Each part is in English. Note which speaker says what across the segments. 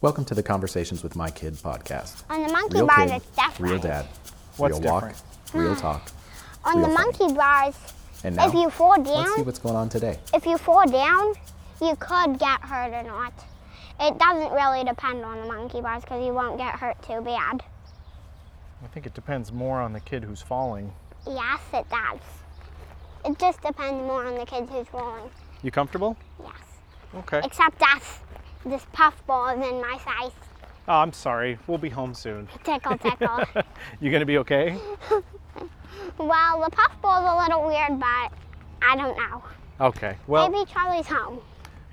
Speaker 1: Welcome to the Conversations with My Kid podcast.
Speaker 2: On the monkey
Speaker 1: Real
Speaker 2: bars,
Speaker 1: kid,
Speaker 2: it's different.
Speaker 1: real dad,
Speaker 3: What's
Speaker 1: real walk,
Speaker 3: different?
Speaker 1: real talk.
Speaker 2: On the
Speaker 1: real funny.
Speaker 2: monkey bars,
Speaker 1: And now,
Speaker 2: if you fall
Speaker 1: let's see
Speaker 2: down,
Speaker 1: what's going on today.
Speaker 2: if you fall down, you could get hurt or not. It doesn't really depend on the monkey bars because you won't get hurt too bad.
Speaker 3: I think it depends more on the kid who's falling.
Speaker 2: Yes, it does. It just depends more on the kids who's rolling.
Speaker 3: You comfortable?
Speaker 2: Yes.
Speaker 3: Okay.
Speaker 2: Except us. This puffball is in my size.
Speaker 3: Oh, I'm sorry. We'll be home soon.
Speaker 2: Tickle, tickle.
Speaker 3: You gonna be okay?
Speaker 2: well, the puffball's a little weird, but I don't know.
Speaker 3: Okay. Well,
Speaker 2: Maybe Charlie's home.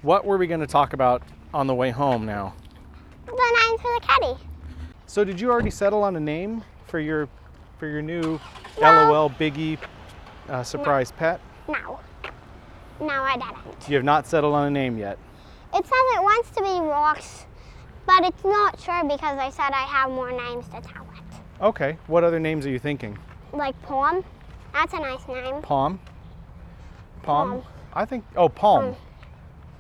Speaker 3: what were we gonna talk about on the way home now?
Speaker 2: The name for the kitty.
Speaker 3: So, did you already settle on a name for your for your new
Speaker 2: No.
Speaker 3: LOL Biggie uh, surprise pet?
Speaker 2: No. No, I didn't.
Speaker 3: You have not settled on a name yet.
Speaker 2: It says it wants to be rocks, but it's not sure because I said I have more names to tell it.
Speaker 3: Okay. What other names are you thinking?
Speaker 2: Like Palm. That's a nice name.
Speaker 3: Palm. Palm.
Speaker 2: Palm.
Speaker 3: I think. Oh, palm.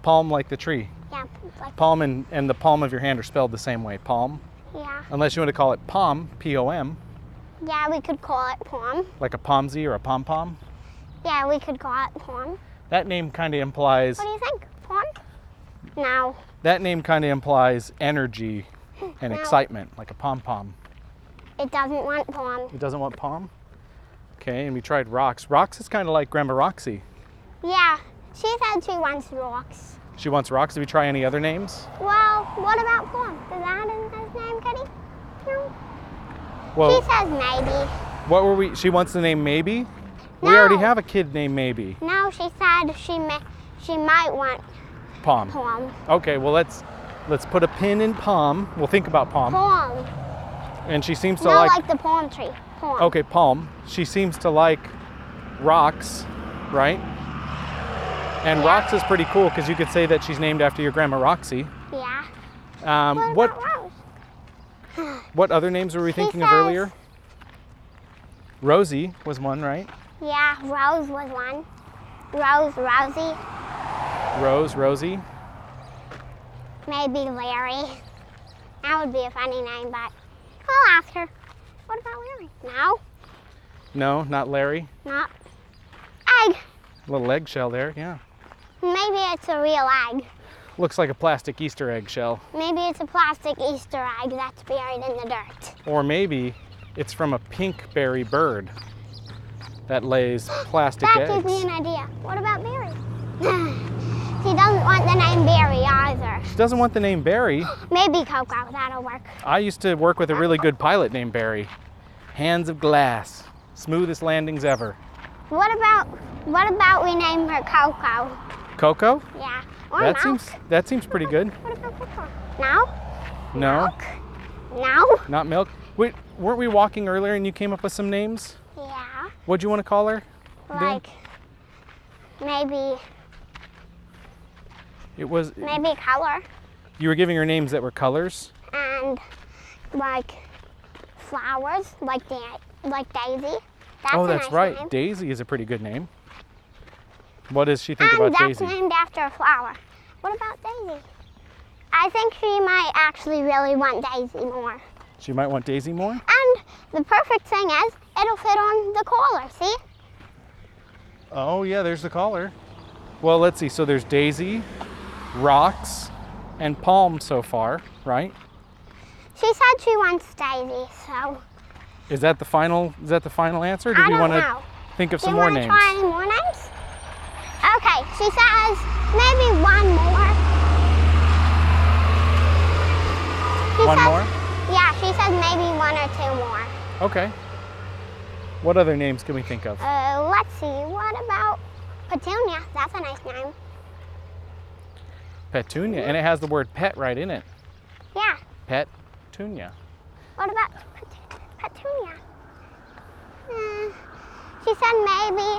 Speaker 3: Palm like the tree.
Speaker 2: Yeah. Like,
Speaker 3: Palm and, and the palm of your hand are spelled the same way. Palm.
Speaker 2: yeah.
Speaker 3: Unless you want to call it palm, P O M,
Speaker 2: Yeah, we could call it Palm.
Speaker 3: like a pomsy or a pom pom.
Speaker 2: Yeah, we could call it Palm.
Speaker 3: That name kind of implies
Speaker 2: What do you think? Palm? No.
Speaker 3: that name kind of implies energy and
Speaker 2: No.
Speaker 3: excitement, like a pom pom.
Speaker 2: It doesn't want Palm.
Speaker 3: It doesn't want palm. Okay, and we tried rocks. Rocks is kind of like Grandma Roxy.
Speaker 2: Yeah. She said she wants rocks.
Speaker 3: She wants rocks. Did we try any other names?
Speaker 2: Well, what about Palm? Is that his name, Kitty? No. She
Speaker 3: Well,
Speaker 2: says maybe.
Speaker 3: what were we? She wants the name Maybe. We already
Speaker 2: No.
Speaker 3: have a kid named Maybe.
Speaker 2: No, she said she may, she might want
Speaker 3: Palm.
Speaker 2: Palm.
Speaker 3: Okay, well let's let's put a pin in palm. We'll think about palm.
Speaker 2: Palm.
Speaker 3: And she seems to
Speaker 2: Not
Speaker 3: like
Speaker 2: like, the palm tree. Palm.
Speaker 3: Okay, palm. She seems to like rocks, right? And rocks is pretty cool because you could say that she's named after your grandma Roxy.
Speaker 2: Yeah.
Speaker 3: Um,
Speaker 2: what
Speaker 3: what
Speaker 2: about Rose?
Speaker 3: what other names were we thinking of
Speaker 2: says-
Speaker 3: earlier? Rosie was one, right?
Speaker 2: Yeah, Rose was one. Rose, Rosie,
Speaker 3: Rose, Rosie.
Speaker 2: maybe Larry. That would be a funny name, but I'll ask her. What about Larry? No,
Speaker 3: No, not Larry.
Speaker 2: not egg.
Speaker 3: Little eggshell there, yeah.
Speaker 2: Maybe it's a real egg.
Speaker 3: Looks like a plastic Easter egg shell.
Speaker 2: Maybe it's a plastic Easter egg that's buried in the dirt.
Speaker 3: Or maybe it's from a pinkberry bird that lays plastic
Speaker 2: That gives me
Speaker 3: eggs.
Speaker 2: an idea. What about Barry? she doesn't want the name Barry either.
Speaker 3: She doesn't want the name Barry.
Speaker 2: Maybe Coco, that'll work.
Speaker 3: I used to work with a really good pilot named Barry. Hands of glass, smoothest landings ever.
Speaker 2: What about what about we name her Coco?
Speaker 3: Coco?
Speaker 2: Yeah. Or
Speaker 3: That
Speaker 2: Oh, Milk.
Speaker 3: seems that seems pretty good.
Speaker 2: What about Coco? No.
Speaker 3: No,
Speaker 2: No.
Speaker 3: not milk. Wait, weren't we walking earlier and you came up with some names?
Speaker 2: Yeah.
Speaker 3: What'd you want to call her?
Speaker 2: Like maybe
Speaker 3: It was
Speaker 2: maybe color
Speaker 3: you were giving her names that were colors.
Speaker 2: and like flowers like da- like Daisy. That's
Speaker 3: oh,
Speaker 2: a
Speaker 3: that's
Speaker 2: nice
Speaker 3: right.
Speaker 2: Name.
Speaker 3: Daisy is a pretty good name. What does she think
Speaker 2: and
Speaker 3: about
Speaker 2: Um, that's
Speaker 3: Daisy?
Speaker 2: named after a flower. What about Daisy? I think she might actually really want Daisy more.
Speaker 3: She might want Daisy more.
Speaker 2: And the perfect thing is, it'll fit on the collar, see?
Speaker 3: Oh yeah, there's the collar. Well, let's see. So there's Daisy, rocks, and palm so far, right?
Speaker 2: She said she wants Daisy, so
Speaker 3: Is that the final? Is that the final answer? or Do
Speaker 2: I
Speaker 3: we
Speaker 2: don't
Speaker 3: want
Speaker 2: know.
Speaker 3: to think of
Speaker 2: Do you
Speaker 3: some more
Speaker 2: want to
Speaker 3: names?
Speaker 2: try any more names? Okay, she says maybe one more. She
Speaker 3: One
Speaker 2: says-
Speaker 3: more?
Speaker 2: Yeah, she says maybe one or two more.
Speaker 3: Okay. What other names can we think of?
Speaker 2: Uh, let's see, what about Petunia? That's a nice name.
Speaker 3: Petunia, and it has the word pet right in it.
Speaker 2: Yeah,
Speaker 3: Petunia.
Speaker 2: what about Pet- Petunia? Uh, she said maybe.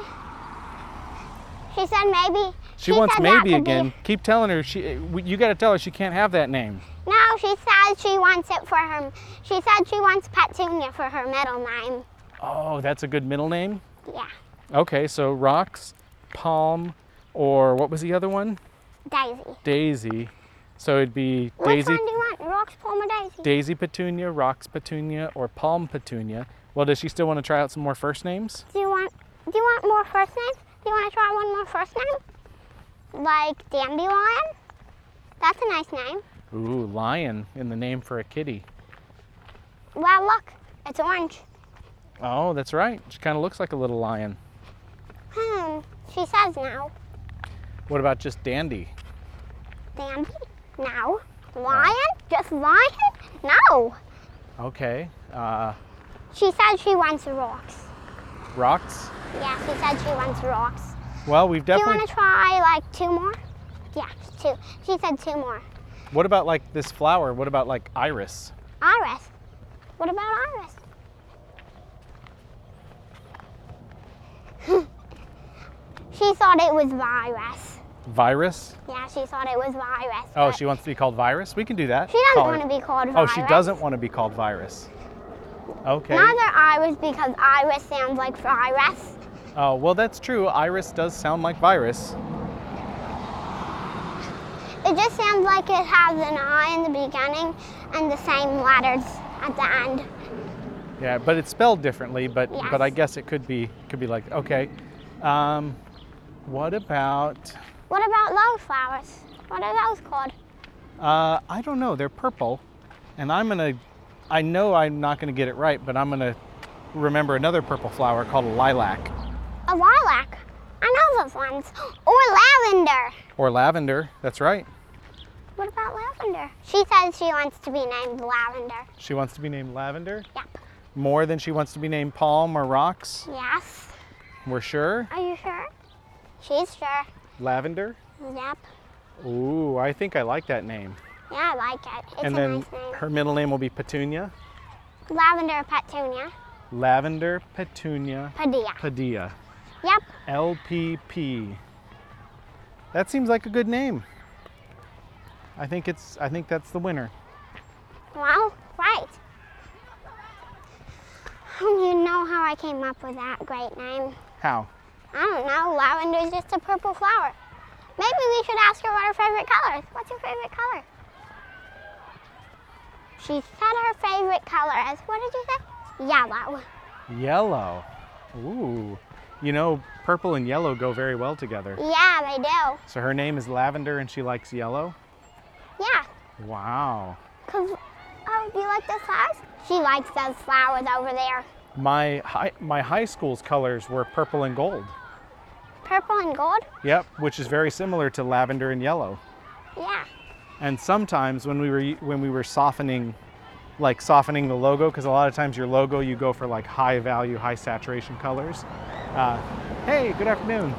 Speaker 2: She said maybe.
Speaker 3: She, wants
Speaker 2: said that
Speaker 3: maybe
Speaker 2: could be-
Speaker 3: again. Keep telling her she. You got to tell her she can't have that name.
Speaker 2: No, she says she wants it for her. She said she wants Petunia for her middle name.
Speaker 3: Oh, that's a good middle name.
Speaker 2: Yeah,
Speaker 3: Okay, so rocks, palm, or what was the other one?
Speaker 2: Daisy.
Speaker 3: Daisy. So it'd be
Speaker 2: Which
Speaker 3: Daisy,
Speaker 2: one do you want? Daisy.
Speaker 3: Daisy Petunia, Rocks Petunia, or Palm Petunia. Well, does she still want to try out some more first names?
Speaker 2: Do you want do you want more first names? Do you want to try one more first name? Like Dandelion? That's a nice name.
Speaker 3: Ooh, Lion in the name for a kitty.
Speaker 2: Wow, look, it's orange.
Speaker 3: Oh, that's right. She kind of looks like a little lion.
Speaker 2: Hmm, she says now.
Speaker 3: What about just Dandy?
Speaker 2: Dandy? No. Lion? Just lion? No.
Speaker 3: Okay. Uh,
Speaker 2: She said she wants rocks.
Speaker 3: rocks?
Speaker 2: Yeah, she said she wants rocks.
Speaker 3: Well, we've
Speaker 2: Do you
Speaker 3: definitely.
Speaker 2: want to try like two more? Yeah, two. She said two more.
Speaker 3: What about like this flower? What about like Iris?
Speaker 2: Iris. What about Iris? she thought it was virus.
Speaker 3: Virus?
Speaker 2: Yeah, she thought it was virus.
Speaker 3: Oh,
Speaker 2: but
Speaker 3: she wants to be called Virus? We can do that.
Speaker 2: Uh, She doesn't
Speaker 3: Call her-
Speaker 2: want to be called
Speaker 3: Oh,
Speaker 2: virus.
Speaker 3: she doesn't want to be called Virus. Okay.
Speaker 2: Neither Iris because Iris sounds like virus.
Speaker 3: Oh, well, that's true. Iris does sound like Virus.
Speaker 2: It just sounds like it has an I in the beginning and the same letters at the end.
Speaker 3: Yeah, but it's spelled differently. But but I
Speaker 2: Yes.
Speaker 3: guess it could be could be like okay. Um, what about?
Speaker 2: What about those flowers? What are those called?
Speaker 3: Uh, I don't know. They're purple, and I'm gonna. I know I'm not gonna get it right, but I'm gonna remember another purple flower called a lilac
Speaker 2: A lilac. I know those ones. Or lavender.
Speaker 3: or lavender. That's right.
Speaker 2: What about lavender? She says she wants to be named Lavender.
Speaker 3: She wants to be named lavender
Speaker 2: Yep.
Speaker 3: more than she wants to be named palm or rocks.
Speaker 2: Yes.
Speaker 3: We're sure.
Speaker 2: Are you sure? She's sure.
Speaker 3: Lavender.
Speaker 2: Yep.
Speaker 3: Ooh, I think I like that name.
Speaker 2: Yeah, I like it. It's
Speaker 3: and
Speaker 2: a
Speaker 3: then
Speaker 2: nice name.
Speaker 3: her middle name will be Petunia.
Speaker 2: Lavender Petunia.
Speaker 3: Lavender Petunia
Speaker 2: Padilla.
Speaker 3: Padilla.
Speaker 2: Yep.
Speaker 3: LPP. That seems like a good name. I think it's I think that's the winner.
Speaker 2: Well, right. You know how I came up with that great name.
Speaker 3: How?
Speaker 2: I don't know. Lavender's just a purple flower. Maybe we should ask her what her favorite color is. What's your favorite color? She said her favorite color is, what did you say? Yellow.
Speaker 3: Yellow. Ooh. You know, purple and yellow go very well together.
Speaker 2: Yeah, they do.
Speaker 3: So her name is Lavender and she likes yellow?
Speaker 2: Yeah.
Speaker 3: Wow.
Speaker 2: Cause, oh, do you like those flowers? She likes those flowers over there.
Speaker 3: My high, my high school's colors were purple and gold.
Speaker 2: Purple and gold?
Speaker 3: Yep, which is very similar to lavender and yellow.
Speaker 2: Yeah.
Speaker 3: and sometimes when we were when we were softening like softening the logo because a lot of times your logo you go for like high value high saturation colors uh, hey good afternoon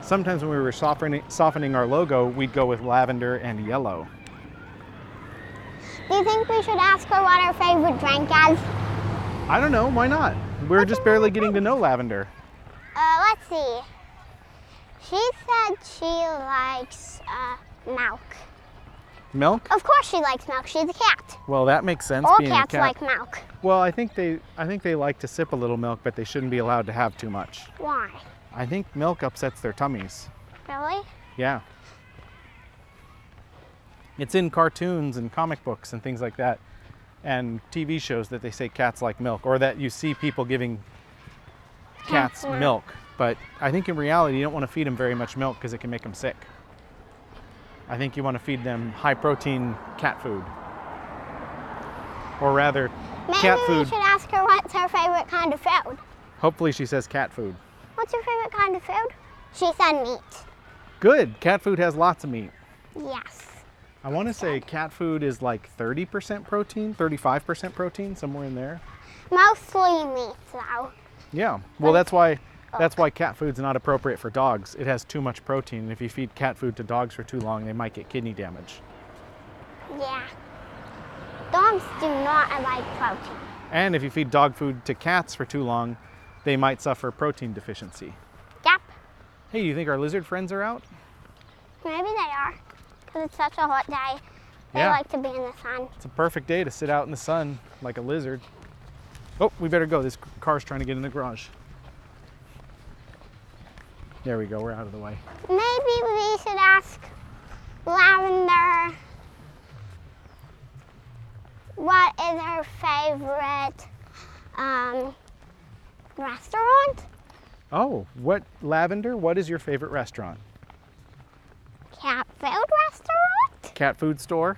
Speaker 3: sometimes when we were softening softening our logo we'd go with lavender and yellow
Speaker 2: Do you think we should ask her what her favorite drink is?
Speaker 3: i don't know why not we're just barely getting to know lavender
Speaker 2: Uh, let's see. She said she likes uh, milk.
Speaker 3: milk
Speaker 2: Of course she likes milk. She's a cat.
Speaker 3: well that makes sense
Speaker 2: All
Speaker 3: being
Speaker 2: cats
Speaker 3: a cat
Speaker 2: like milk.
Speaker 3: well i think they i think they like to sip a little milk but they shouldn't be allowed to have too much
Speaker 2: Why?
Speaker 3: i think milk upsets their tummies
Speaker 2: Really?
Speaker 3: Yeah. It's in cartoons and comic books and things like that, and TV shows that they say cats like milk, or that you see people giving cats
Speaker 2: Cats milk.
Speaker 3: milk. But I think in reality, you don't want to feed them very much milk because it can make them sick. I think you want to feed them high protein cat food. Or rather,
Speaker 2: Maybe
Speaker 3: cat
Speaker 2: we
Speaker 3: food.
Speaker 2: should ask her what's her favorite kind of food.
Speaker 3: Hopefully, she says cat food.
Speaker 2: What's your favorite kind of food? She said meat.
Speaker 3: Good. Cat food has lots of meat.
Speaker 2: Yes.
Speaker 3: I want to say cat food is like 30% protein, 35% protein, somewhere in there.
Speaker 2: Mostly meat, though.
Speaker 3: Yeah. Well, that's why that's why cat food's not appropriate for dogs. It has too much protein, and if you feed cat food to dogs for too long, they might get kidney damage.
Speaker 2: Yeah. Dogs do not like protein.
Speaker 3: And if you feed dog food to cats for too long, they might suffer protein deficiency.
Speaker 2: Yep.
Speaker 3: Hey, you think our lizard friends are out?
Speaker 2: Maybe they are. Because it's such a hot day. They
Speaker 3: Yeah.
Speaker 2: like to be in the sun.
Speaker 3: It's a perfect day to sit out in the sun like a lizard. Oh, we better go. This car's trying to get in the garage. There we go. We're out of the way.
Speaker 2: Maybe we should ask Lavender their favorite um, restaurant?
Speaker 3: Oh, what lavender? What is your favorite restaurant?
Speaker 2: Catfield restaurant?
Speaker 3: Cat food store?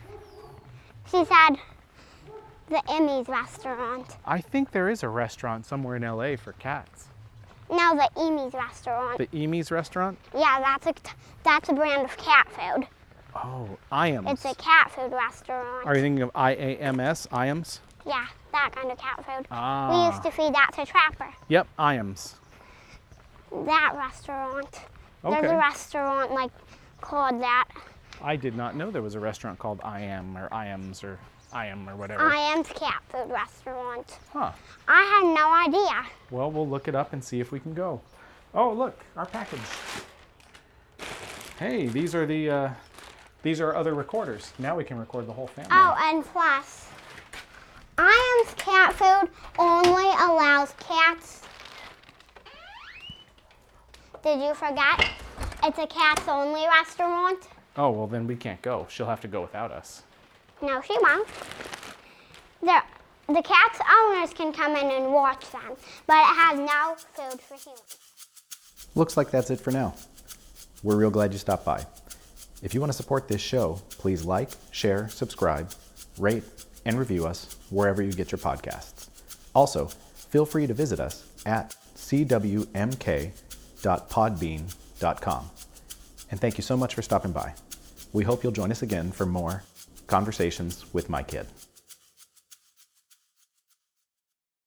Speaker 2: She said the Emmy's restaurant.
Speaker 3: I think there is a restaurant somewhere in LA for cats.
Speaker 2: No, the Emmy's restaurant.
Speaker 3: The Emmy's restaurant?
Speaker 2: yeah, that's a that's a brand of cat food.
Speaker 3: Oh, Iams.
Speaker 2: It's a cat food restaurant.
Speaker 3: Are you thinking of I A M S? Iams?
Speaker 2: yeah, that kind of cat food. We
Speaker 3: Ah.
Speaker 2: used to feed that to Trapper.
Speaker 3: Yep, Iams.
Speaker 2: That restaurant. There's
Speaker 3: Okay.
Speaker 2: a restaurant like called that.
Speaker 3: I did not know there was a restaurant called I Am or Iams or I Am or whatever.
Speaker 2: I am cat food restaurant.
Speaker 3: huh.
Speaker 2: I had no idea.
Speaker 3: Well, we'll look it up and see if we can go. Oh, look, our package. Hey, these are the uh, these are other recorders. Now we can record the whole family.
Speaker 2: Oh, and plus, I am cat food only allows cats. Did you forget? It's a cats only restaurant.
Speaker 3: Oh, well then we can't go. She'll have to go without us.
Speaker 2: No, she won't. The, the cat's owners can come in and watch them, but it has no food for humans.
Speaker 1: Looks like that's it for now. We're real glad you stopped by. If you want to support this show, please like, share, subscribe, rate, and review us wherever you get your podcasts. Also, feel free to visit us at cwmk.podbean.com. And thank you so much for stopping by. We hope you'll join us again for more Conversations with My Kid.